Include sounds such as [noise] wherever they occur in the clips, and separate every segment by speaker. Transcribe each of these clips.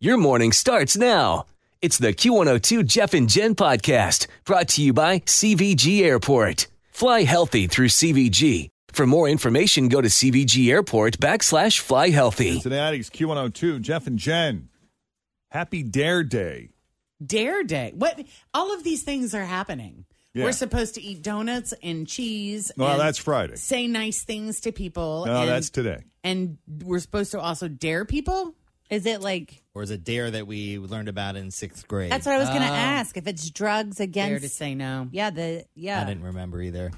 Speaker 1: Your morning starts now. It's the Q102 Jeff and Jen podcast brought to you by CVG Airport. Fly healthy through CVG. For more information, go to CVG Airport backslash fly healthy.
Speaker 2: Cincinnati's Q102, Jeff and Jen. Happy Dare Day.
Speaker 3: Dare Day. What? All of these things are happening.
Speaker 2: Yeah.
Speaker 3: We're supposed to eat donuts and cheese.
Speaker 2: Well,
Speaker 3: and
Speaker 2: that's Friday.
Speaker 3: Say nice things to people.
Speaker 2: No,
Speaker 3: and,
Speaker 2: that's today.
Speaker 3: And we're supposed to also dare people.
Speaker 4: Is it like
Speaker 5: or is it dare that we learned about in sixth grade?
Speaker 4: that's what I was going to ask? If it's drugs
Speaker 3: Dare
Speaker 4: against,
Speaker 3: to say no.
Speaker 4: yeah, the yeah.
Speaker 5: I didn't remember either.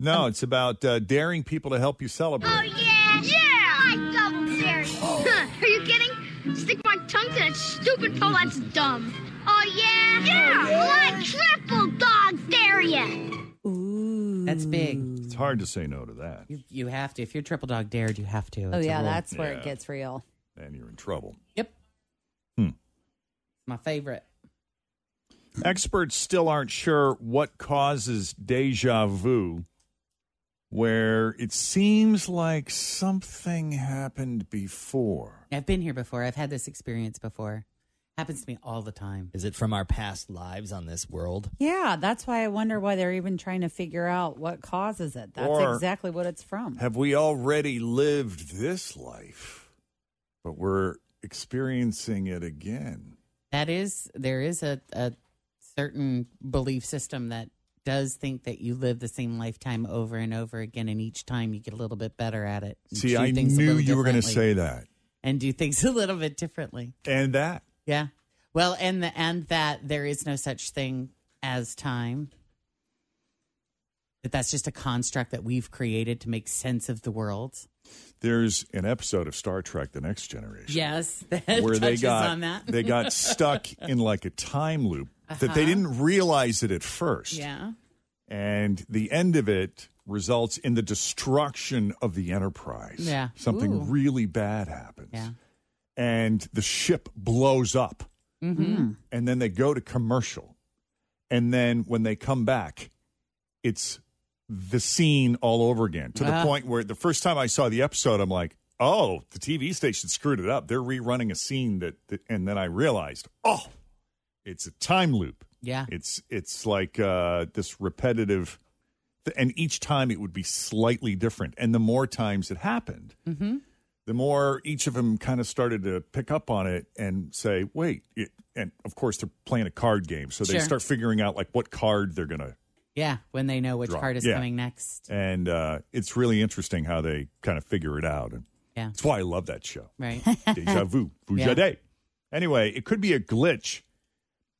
Speaker 2: No, it's about uh, daring people to help you celebrate.
Speaker 6: Oh yeah! Yeah! I double dare you. Huh, Are you kidding? Stick my tongue to that stupid pole. That's dumb. Oh yeah! Yeah! Well, I triple dog dare you.
Speaker 3: That's big.
Speaker 2: It's hard to say no to that,
Speaker 3: You, you have to. If you're triple dog dared, you have to.
Speaker 4: Oh
Speaker 3: It's a
Speaker 4: yeah,
Speaker 3: rule.
Speaker 4: that's where
Speaker 2: Yeah.
Speaker 4: it gets real.
Speaker 2: and you're in trouble.
Speaker 3: Yep.
Speaker 2: Hmm.
Speaker 3: My favorite.
Speaker 2: Experts still aren't sure what causes deja vu, where it seems like something happened before.
Speaker 3: I've been here before. I've had this experience before. Happens to me all the time.
Speaker 5: Is it from our past lives on this world?
Speaker 4: Yeah, that's why I wonder why they're even trying to figure out what causes it. That's
Speaker 2: Or-
Speaker 4: exactly what it's from.
Speaker 2: Have we already lived this life, but we're experiencing it again?
Speaker 3: That is, there is a, a certain belief system that does think that you live the same lifetime over and over again, and each time you get a little bit better at it. and
Speaker 2: See,
Speaker 3: do
Speaker 2: I
Speaker 3: things a
Speaker 2: knew
Speaker 3: little
Speaker 2: you were going to
Speaker 3: differently,
Speaker 2: say that.
Speaker 3: and do things [laughs] a little bit differently.
Speaker 2: And that.
Speaker 3: Yeah. Well, and the and that there is no such thing as time. That that's just a construct that we've created to make sense of the world.
Speaker 2: There's an episode of Star Trek: The Next Generation
Speaker 3: Yes, [laughs] that
Speaker 2: where they
Speaker 3: touches
Speaker 2: got
Speaker 3: on that. Uh-huh.
Speaker 2: they got
Speaker 3: [laughs]
Speaker 2: stuck in like a time loop that they didn't realize it at first.
Speaker 3: yeah.
Speaker 2: and the end of it results in the destruction of the Enterprise.
Speaker 3: Yeah.
Speaker 2: something
Speaker 3: Ooh.
Speaker 2: really bad happens.
Speaker 3: Yeah.
Speaker 2: and the ship blows up,
Speaker 3: Mm-hmm.
Speaker 2: and then they go to commercial, and then when they come back, it's the scene all over again to the
Speaker 3: Ah.
Speaker 2: point where the first time I saw the episode, I'm like. Oh, the TV station screwed it up. They're rerunning a scene that, that and then I realized, oh, it's a time loop.
Speaker 3: Yeah.
Speaker 2: It's it's like uh, this repetitive, th- and each time it would be slightly different. And the more times it happened,
Speaker 3: Mhm.
Speaker 2: the more each of them kind of started to pick up on it and say, "Wait!" It, and of course, they're playing a card game, so they
Speaker 3: Sure.
Speaker 2: start figuring out like what card they're gonna.
Speaker 3: Yeah, when they know which
Speaker 2: Draw.
Speaker 3: card is
Speaker 2: Yeah.
Speaker 3: coming next.
Speaker 2: And uh, it's really interesting how they kind of figure it out, and
Speaker 3: Yeah.
Speaker 2: that's why I love that show.
Speaker 3: [laughs] Right.
Speaker 2: Deja vu.
Speaker 3: Yeah.
Speaker 2: Fujade. Anyway, it could be a glitch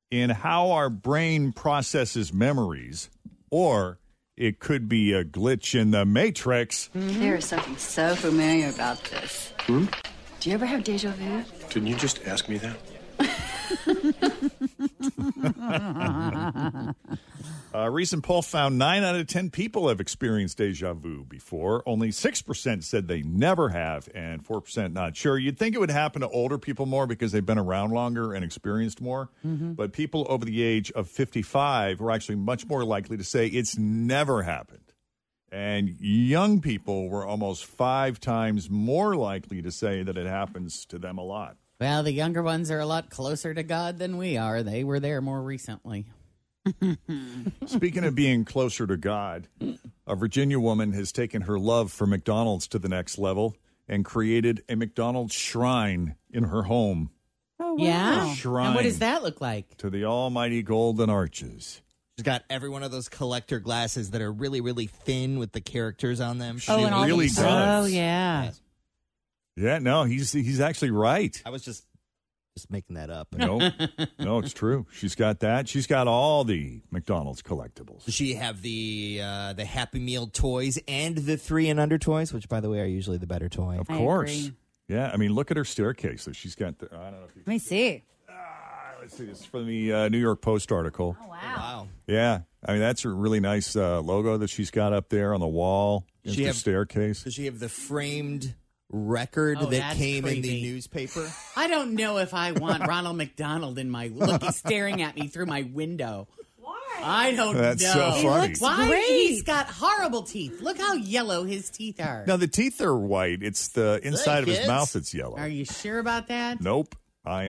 Speaker 2: in how our brain processes memories, or it could be a glitch in the matrix.
Speaker 7: There is something so familiar about this. Hmm? Do you ever have deja vu?
Speaker 4: Oh,
Speaker 8: Didn't you just ask me that?
Speaker 2: A recent poll found nine out of 10 people have experienced deja vu before. Only 6% said they never have, and 4% not sure. You'd think it would happen to older people more because they've been around longer and experienced more. But people over the age of 55 were actually much more likely to say it's never happened. And young people were almost five times more likely to say that it happens to them a lot.
Speaker 3: well, the younger ones are a lot closer to God than we are. They were there more recently.
Speaker 2: Speaking of being closer to God, a Virginia woman has taken her love for McDonald's to the next level and created a McDonald's shrine in her home.
Speaker 4: Oh,
Speaker 3: yeah.
Speaker 4: wow.
Speaker 3: And
Speaker 2: Shrine.
Speaker 3: what does that look like?
Speaker 2: To the almighty golden arches.
Speaker 5: She's got every one of those collector glasses that are really, really thin with the characters on them.
Speaker 2: Oh, and all the really does.
Speaker 3: Oh yeah.
Speaker 5: Yes.
Speaker 2: Yeah, no, he's he's actually right.
Speaker 5: I was just just making that up.
Speaker 4: [laughs]
Speaker 2: No, no, it's true. She's got that. She's got all the McDonald's collectibles.
Speaker 5: Does she have the uh, the Happy Meal toys and the three and under toys, which by the way are usually the better toy.
Speaker 2: Of
Speaker 4: I
Speaker 2: course.
Speaker 4: agree.
Speaker 2: Yeah, I mean, look at her staircase. So she's got the. I don't know if you.
Speaker 4: Let me see.
Speaker 2: Ah, let's see. This is from the uh, New York Post article.
Speaker 4: Oh,
Speaker 5: Wow.
Speaker 2: Yeah, I mean that's a really nice uh, logo that she's got up there on the wall.
Speaker 5: She
Speaker 2: She the
Speaker 5: have-
Speaker 2: staircase.
Speaker 5: Does she have the framed record
Speaker 3: Oh,
Speaker 5: that
Speaker 3: that's
Speaker 5: came in the
Speaker 3: creepy.
Speaker 5: newspaper?
Speaker 3: I don't know if I want Ronald McDonald in my look. He's staring at me through my window. Why? I don't
Speaker 2: That's
Speaker 3: know.
Speaker 2: so
Speaker 4: He
Speaker 2: funny.
Speaker 4: looks
Speaker 3: Why?
Speaker 4: great.
Speaker 3: He's got horrible teeth. Look how yellow his teeth are.
Speaker 2: Now the teeth are white. It's the inside of his
Speaker 5: kids.
Speaker 2: mouth that's yellow.
Speaker 3: Are you sure about that?
Speaker 2: Nope. I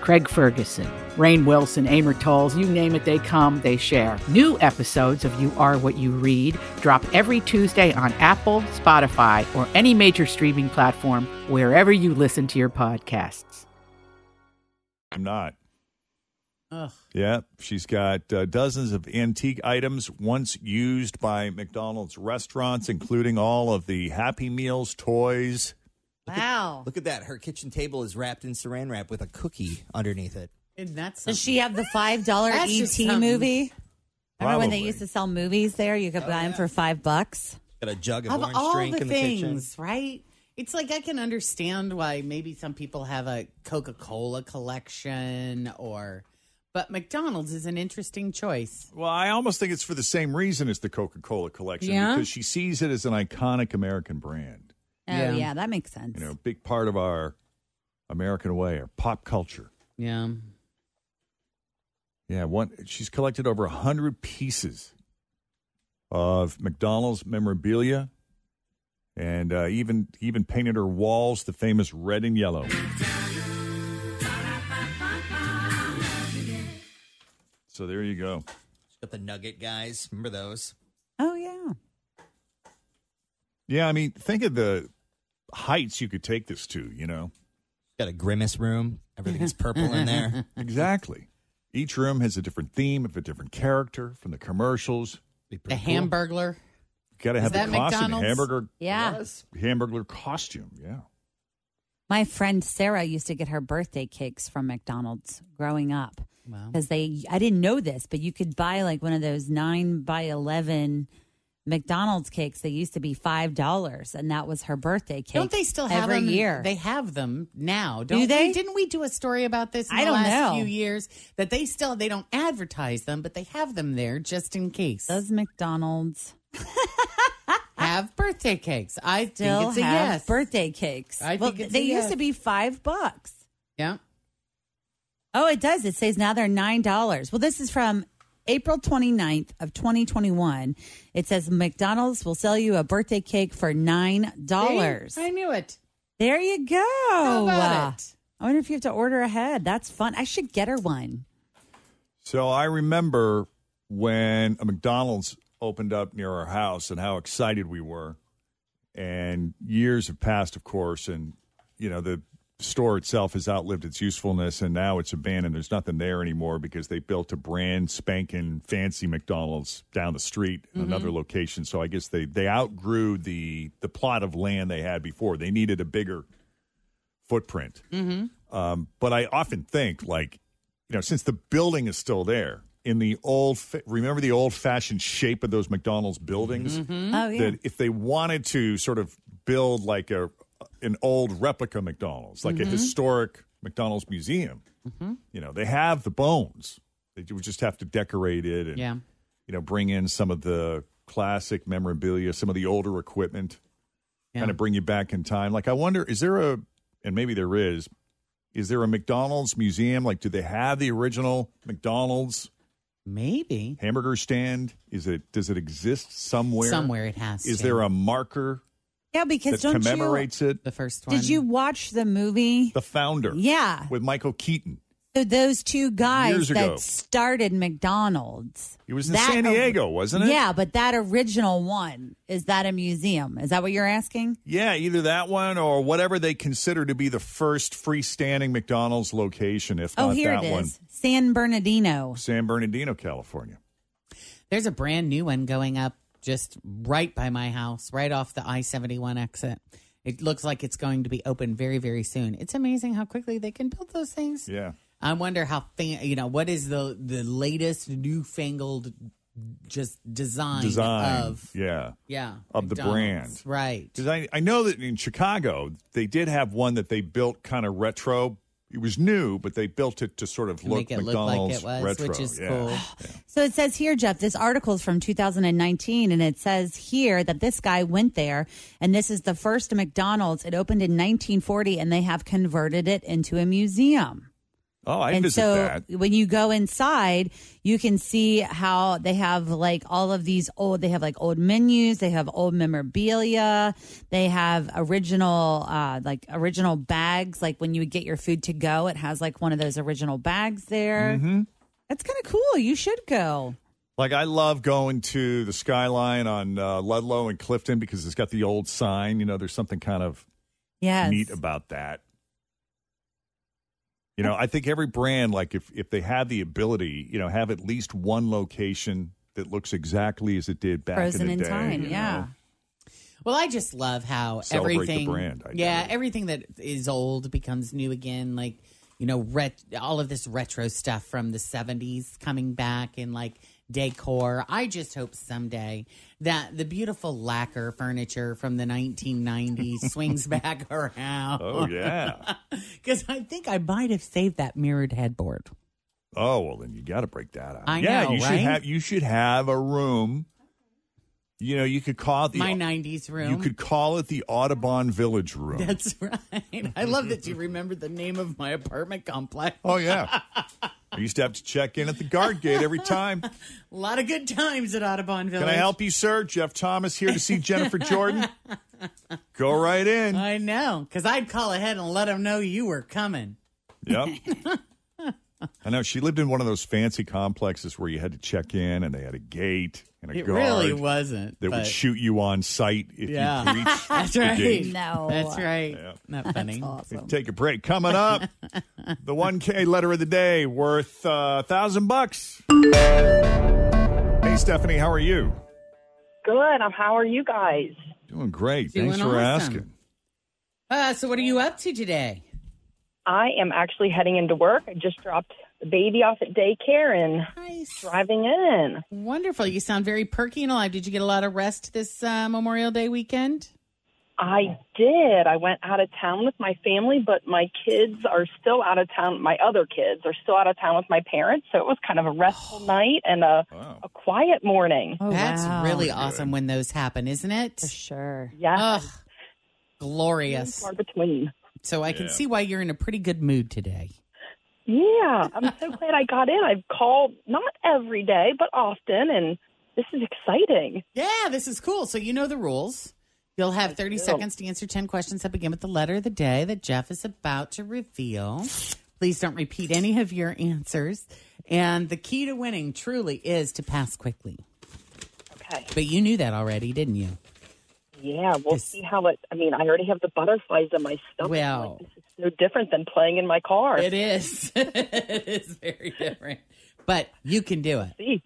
Speaker 9: Craig Ferguson, Rain Wilson, Amor Tolls, you name it, they come, they share. New episodes of You Are What You Read drop every Tuesday on Apple, Spotify, or any major streaming platform wherever you listen to your podcasts.
Speaker 2: am not.
Speaker 3: Ugh.
Speaker 2: Yeah, she's got uh, dozens of antique items once used by McDonald's restaurants, including all of the Happy Meals toys.
Speaker 4: Wow.
Speaker 5: Look at that. Her kitchen table is wrapped in saran wrap with a cookie underneath it.
Speaker 3: Isn't that something?
Speaker 4: Does she have the five
Speaker 3: [laughs]
Speaker 4: dollar
Speaker 3: That's
Speaker 4: ET
Speaker 3: just something.
Speaker 4: movie? Remember when they
Speaker 2: Probably.
Speaker 4: used to sell movies there? You could buy them for five bucks.
Speaker 5: Got a jug of,
Speaker 3: of
Speaker 5: orange
Speaker 3: all
Speaker 5: drink
Speaker 3: the
Speaker 5: in the kitchen.
Speaker 3: things, right? It's like I can understand why maybe some people have a Coca Cola collection or, but McDonald's is an interesting choice.
Speaker 2: Well, I almost think it's for the same reason as the Coca Cola collection
Speaker 4: Yeah?
Speaker 2: because she sees it as an iconic American brand.
Speaker 4: Oh
Speaker 3: Yeah.
Speaker 4: yeah, that makes sense.
Speaker 2: You know, a big part of our American way, our pop culture.
Speaker 3: Yeah.
Speaker 2: Yeah, one. She's collected over a hundred pieces of McDonald's memorabilia, and uh, even even painted her walls the famous red and yellow. So there you go.
Speaker 5: Got the nugget guys. Remember those?
Speaker 4: oh yeah.
Speaker 2: Yeah, I mean, think of the heights you could take this to. You know,
Speaker 5: Got a grimace room. Everything's purple
Speaker 3: [laughs]
Speaker 5: in there.
Speaker 2: exactly. Each room has a different theme of a different character from the commercials.
Speaker 5: Be
Speaker 3: The
Speaker 5: pretty cool.
Speaker 3: hamburglar.
Speaker 2: You got to
Speaker 3: Is
Speaker 2: have the
Speaker 3: that
Speaker 2: costume,
Speaker 3: McDonald's?
Speaker 2: hamburger,
Speaker 4: Yeah.
Speaker 2: hamburger costume. Yeah.
Speaker 4: My friend Sarah used to get her birthday cakes from McDonald's growing up
Speaker 3: Wow.
Speaker 4: because they, I didn't know this, but you could buy like one of those nine by 11 McDonald's cakes. They used to be $5, and that was her birthday cake.
Speaker 3: Don't they still have
Speaker 4: every
Speaker 3: them?
Speaker 4: year?
Speaker 3: They have them now.
Speaker 4: Do
Speaker 3: Don't
Speaker 4: they?
Speaker 3: We? Didn't we do a story about this? In
Speaker 4: I
Speaker 3: the
Speaker 4: don't
Speaker 3: last
Speaker 4: know.
Speaker 3: Few years that they still they don't advertise them, but they have them there just in case.
Speaker 4: Does McDonald's
Speaker 3: have birthday cakes? I
Speaker 4: still
Speaker 3: think it's a
Speaker 4: have
Speaker 3: yes.
Speaker 4: birthday cakes?
Speaker 3: I
Speaker 4: well,
Speaker 3: think it's a
Speaker 4: they used
Speaker 3: yes.
Speaker 4: to be five bucks.
Speaker 3: Yeah.
Speaker 4: Oh, it does. It says now they're nine dollars. Well, this is from April 29th of 2021. It says McDonald's will sell you a birthday cake for nine dollars. Oh,
Speaker 3: See? I knew it.
Speaker 4: There you go.
Speaker 3: How about it?
Speaker 4: I wonder if you have to order ahead. That's fun. I should get her one.
Speaker 2: So I remember when a McDonald's opened up near our house and how excited we were. And years have passed, of course, and you know the store itself has outlived its usefulness, and now it's abandoned. There's nothing there anymore because they built a brand spanking fancy McDonald's down the street in another location. So I guess they they outgrew the the plot of land they had before. They needed a bigger footprint. Um, but I often think, like, you know, since the building is still there, in the old, fa- remember the old fashioned shape of those McDonald's buildings?
Speaker 3: Hmm?
Speaker 4: Oh yeah.
Speaker 2: That if they wanted to sort of build like a an old replica McDonald's,
Speaker 4: Mm-hmm.
Speaker 2: like a historic McDonald's museum, you know, they have the bones. They would just have to decorate it and,
Speaker 3: Yeah.
Speaker 2: you know, bring in some of the classic memorabilia, some of the older equipment
Speaker 3: Yeah.
Speaker 2: kind of bring you back in time. Like, I wonder, is there a, and maybe there is, Is there a McDonald's museum? Like, do they have the original McDonald's?
Speaker 3: Maybe
Speaker 2: hamburger stand. Is it? Does it exist somewhere?
Speaker 3: Somewhere it has
Speaker 2: Is
Speaker 3: to.
Speaker 2: there a marker
Speaker 4: Yeah,
Speaker 2: that
Speaker 4: because don't
Speaker 2: commemorates it?
Speaker 3: The first
Speaker 4: you? Did you watch the movie?
Speaker 2: The founder.
Speaker 4: Yeah.
Speaker 2: With Michael Keaton.
Speaker 4: So those two guys
Speaker 2: Years ago.
Speaker 4: that started McDonald's.
Speaker 2: He was in San Diego, wasn't it?
Speaker 4: Yeah, but that original one is that a museum? Is that what you're asking?
Speaker 2: Yeah, either that one or whatever they consider to be the first freestanding McDonald's location, if
Speaker 4: oh,
Speaker 2: not
Speaker 4: here
Speaker 2: that
Speaker 4: it is,
Speaker 2: one.
Speaker 4: San Bernardino.
Speaker 2: San Bernardino, California.
Speaker 3: There's a brand new one going up just right by my house, right off the I 71 exit. It looks like it's going to be open very, very soon. It's amazing how quickly they can build those things.
Speaker 2: Yeah.
Speaker 3: I wonder how, fan, you know, what is the, the latest newfangled just design,
Speaker 2: Design.
Speaker 3: of,
Speaker 2: yeah.
Speaker 3: yeah,
Speaker 2: Of the brand.
Speaker 3: McDonald's. Right.
Speaker 2: Because I, I know that in Chicago, they did have one that they built kind of retro. It was new, but they built it to sort of
Speaker 3: To
Speaker 2: look
Speaker 3: make it look like
Speaker 2: McDonald's
Speaker 3: it was,
Speaker 2: retro.
Speaker 3: which is
Speaker 2: yeah.
Speaker 3: cool.
Speaker 4: So it says here, Jeff, this article is from 2019, and it says here that this guy went there, and this is the first McDonald's. It opened in 1940, and they have converted it into a museum.
Speaker 2: [gasps] Oh, I
Speaker 4: and
Speaker 2: visit
Speaker 4: so
Speaker 2: that.
Speaker 4: when you go inside, you can see how they have like all of these old. They have like old menus. They have old memorabilia. They have original, uh, like original bags. Like when you would get your food to go, it has like one of those original bags there.
Speaker 2: Mm-hmm.
Speaker 4: That's kind of cool. You should go.
Speaker 2: Like I love going to the skyline on uh, Ludlow and Clifton because it's got the old sign. You know, there's something kind of
Speaker 4: Yes.
Speaker 2: neat about that. You know, I think every brand, like if if they have the ability, you know, have at least one location that looks exactly as it did back
Speaker 4: Frozen
Speaker 2: in
Speaker 4: in
Speaker 2: the day.
Speaker 4: time,
Speaker 2: you
Speaker 4: yeah.
Speaker 2: know?
Speaker 3: Well, I just love how
Speaker 2: Celebrate the
Speaker 3: everything,
Speaker 2: brand idea.
Speaker 3: yeah, everything that is old becomes new again. Like you know, ret- all of this retro stuff from the '70s coming back and like decor. I just hope someday that the beautiful lacquer furniture from
Speaker 2: [laughs]
Speaker 3: the 1990s swings back around.
Speaker 2: Oh yeah.
Speaker 3: [laughs] because I think I might have saved that mirrored headboard.
Speaker 2: oh well, then you got to break that out.
Speaker 3: I
Speaker 2: yeah,
Speaker 3: know,
Speaker 2: you should
Speaker 3: right?
Speaker 2: have you should have a room. You know, you could call it the
Speaker 3: My 90s room.
Speaker 2: you could call it the Audubon Village room.
Speaker 3: [laughs] That's right. I love that you remembered the name of my apartment complex.
Speaker 2: Oh
Speaker 3: [laughs]
Speaker 2: yeah. I used to have to check in at the guard gate every time.
Speaker 3: A lot of good times at Audubon Village.
Speaker 2: Can I help you, sir? Jeff Thomas here to see Jennifer
Speaker 3: [laughs]
Speaker 2: Jordan. Go right in.
Speaker 3: I know, because I'd call ahead and let them know you were coming.
Speaker 2: Yep. I know she lived in one of those fancy complexes where you had to check in and they had a gate and a
Speaker 3: It
Speaker 2: guard.
Speaker 3: really wasn't.
Speaker 2: That
Speaker 3: but-
Speaker 2: would shoot you on sight if
Speaker 3: Yeah.
Speaker 2: you breached
Speaker 3: [laughs] That's
Speaker 2: the
Speaker 3: right.
Speaker 2: gate.
Speaker 4: No.
Speaker 3: That's right. Not funny.
Speaker 2: Let's Take a break. Coming
Speaker 3: [laughs]
Speaker 2: up, the 1K letter of the day worth a thousand bucks. Hey, Stephanie, how are you?
Speaker 10: Good. Um, how are you guys?
Speaker 2: Doing great.
Speaker 3: Doing
Speaker 2: Thanks for
Speaker 3: awesome.
Speaker 2: asking.
Speaker 3: Uh, so, what are you up to today?
Speaker 10: I am actually heading into work. I just dropped the baby off at daycare and driving in.
Speaker 3: Wonderful. You sound very perky and alive. Did you get a lot of rest this uh, Memorial Day weekend?
Speaker 10: I did. I went out of town with my family, but my kids are still out of town. My other kids are still out of town with my parents, so it was kind of a
Speaker 4: [sighs]
Speaker 10: restful night and a, a quiet morning.
Speaker 4: Oh,
Speaker 3: That's really awesome when those happen, isn't it? For
Speaker 4: sure.
Speaker 10: Yeah.
Speaker 3: glorious.
Speaker 10: Far between.
Speaker 3: So I can
Speaker 10: Yeah.
Speaker 3: see why you're in a pretty good mood today.
Speaker 10: Yeah, I'm
Speaker 4: [laughs]
Speaker 10: so glad I got in. I've called not every day, but often, and this is exciting.
Speaker 3: Yeah, this is cool. So you know the rules. You'll have 30 seconds to answer 10 questions that begin with the letter of the day that Jeff is about to reveal. Please don't repeat any of your answers. And the key to winning truly is to pass quickly.
Speaker 10: Okay.
Speaker 3: But you knew that already, didn't you?
Speaker 10: Yeah, we'll see how it. I mean, I already have the butterflies in my stomach.
Speaker 3: Well,
Speaker 10: no different than playing in my car.
Speaker 3: it is. [laughs] it is very different. But you can do it.
Speaker 10: See.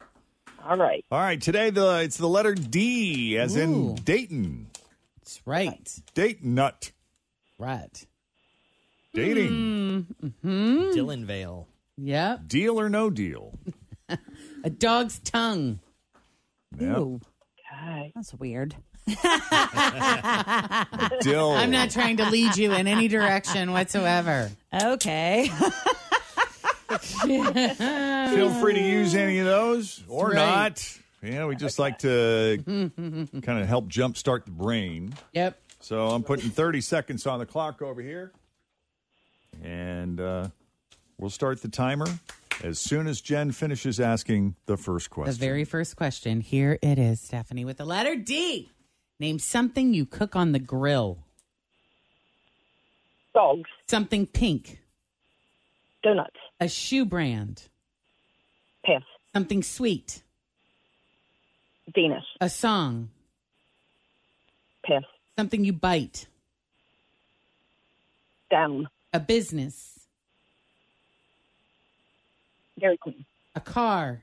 Speaker 10: All right.
Speaker 2: All right, today the it's the letter D as in Dayton.
Speaker 3: That's right.
Speaker 2: Date nut.
Speaker 3: Right.
Speaker 2: Dating.
Speaker 3: Hmm. Mm-hmm.
Speaker 5: Dylan Vale.
Speaker 3: Yep.
Speaker 2: Deal or no deal.
Speaker 3: A dog's tongue.
Speaker 2: Yep.
Speaker 4: That's
Speaker 2: [laughs]
Speaker 4: weird.
Speaker 2: Dill.
Speaker 3: I'm not trying to lead you in any direction whatsoever.
Speaker 4: Okay.
Speaker 2: Feel free to use any of those or
Speaker 3: Right.
Speaker 2: not. Yeah, we just like
Speaker 3: [laughs]
Speaker 2: to kind of help jumpstart the brain.
Speaker 3: Yep.
Speaker 2: So I'm putting 30 seconds on the clock over here. And uh, we'll start the timer as soon as Jen finishes asking the first
Speaker 3: The
Speaker 2: question.
Speaker 3: very first question. Here it is, Stephanie, with the letter D. Name something you cook on the grill.
Speaker 10: Dogs.
Speaker 3: Something pink.
Speaker 10: Donuts.
Speaker 3: A shoe brand.
Speaker 10: Pass.
Speaker 3: Something sweet.
Speaker 10: Venus.
Speaker 3: A song.
Speaker 10: Pass.
Speaker 3: Something you bite.
Speaker 10: Down.
Speaker 3: A business.
Speaker 10: Dairy Queen.
Speaker 3: A car.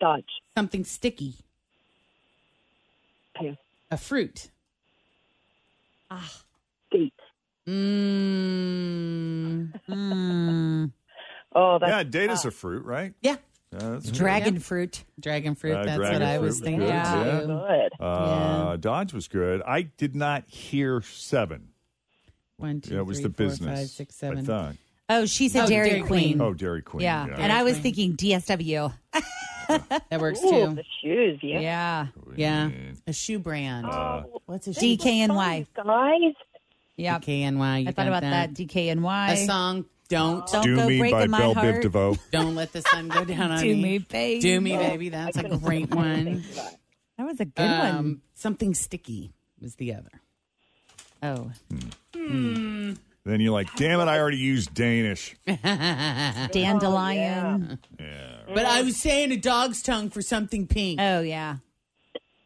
Speaker 10: Dodge.
Speaker 3: Something sticky.
Speaker 10: Pass.
Speaker 3: A fruit.
Speaker 4: Ah.
Speaker 10: Date.
Speaker 3: Mmm. [laughs]
Speaker 10: Oh,
Speaker 2: that's yeah. Date is a fruit, right?
Speaker 3: Mm-hmm. Yeah.
Speaker 2: Uh, that's
Speaker 4: Dragon
Speaker 2: good.
Speaker 4: fruit.
Speaker 3: Dragon fruit.
Speaker 2: Uh,
Speaker 3: that's
Speaker 2: dragon
Speaker 3: what I
Speaker 2: fruit
Speaker 3: was thinking.
Speaker 2: Good. Yeah.
Speaker 3: too.
Speaker 2: Uh, Dodge was good. I did not hear seven.
Speaker 3: One, two,
Speaker 2: That was
Speaker 3: three,
Speaker 2: the
Speaker 3: four,
Speaker 2: business.
Speaker 3: five, six,
Speaker 2: I
Speaker 3: seven.
Speaker 2: thought.
Speaker 4: Oh, she said
Speaker 3: Oh,
Speaker 4: Dairy,
Speaker 3: Dairy
Speaker 4: Queen.
Speaker 2: Oh, Dairy Queen.
Speaker 4: yeah.
Speaker 2: yeah.
Speaker 4: and I was thinking DSW.
Speaker 3: [laughs] That works
Speaker 10: Ooh,
Speaker 3: too.
Speaker 10: the shoes, yeah.
Speaker 4: Yeah.
Speaker 3: Yeah. A shoe brand.
Speaker 2: Uh,
Speaker 3: What's a shoe
Speaker 4: DKNY.
Speaker 10: Guys.
Speaker 4: Yeah.
Speaker 3: DKNY. You
Speaker 4: I thought
Speaker 3: got
Speaker 4: about that. DKNY.
Speaker 3: A song, Don't.
Speaker 4: Don't
Speaker 2: Do
Speaker 4: go
Speaker 2: Me
Speaker 4: breaking
Speaker 2: by
Speaker 4: my
Speaker 2: Bell Biv
Speaker 4: heart.
Speaker 2: DeVoe.
Speaker 3: Don't let the sun go down on
Speaker 4: Do
Speaker 3: me.
Speaker 4: me, baby.
Speaker 3: Do me,
Speaker 4: Oh,
Speaker 3: baby. That's a great one.
Speaker 4: That was a good one.
Speaker 3: Um, something sticky was the other.
Speaker 4: Oh.
Speaker 2: Then you're like, damn it, I
Speaker 4: [laughs]
Speaker 2: already used Danish.
Speaker 4: Dandelion.
Speaker 3: But I was saying a dog's tongue for something pink.
Speaker 4: Oh, yeah.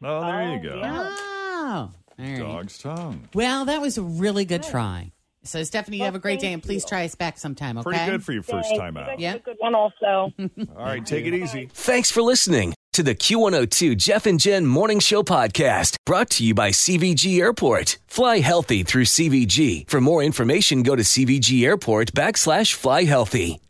Speaker 2: Oh, there you go.
Speaker 3: Oh. All right.
Speaker 2: Dog's tongue.
Speaker 3: Well, that was a really good try. So, Stephanie, you have a great day, and please try us back sometime, okay?
Speaker 2: Pretty good for your first
Speaker 10: Thanks.
Speaker 2: time
Speaker 10: You
Speaker 2: out.
Speaker 10: guys
Speaker 3: Yeah.
Speaker 10: did a good one also.
Speaker 2: All right, take it easy.
Speaker 1: Thanks for listening to the Q102 Jeff and Jen Morning Show podcast brought to you by CVG Airport. Fly healthy through CVG. For more information, go to CVG Airport backslash fly healthy.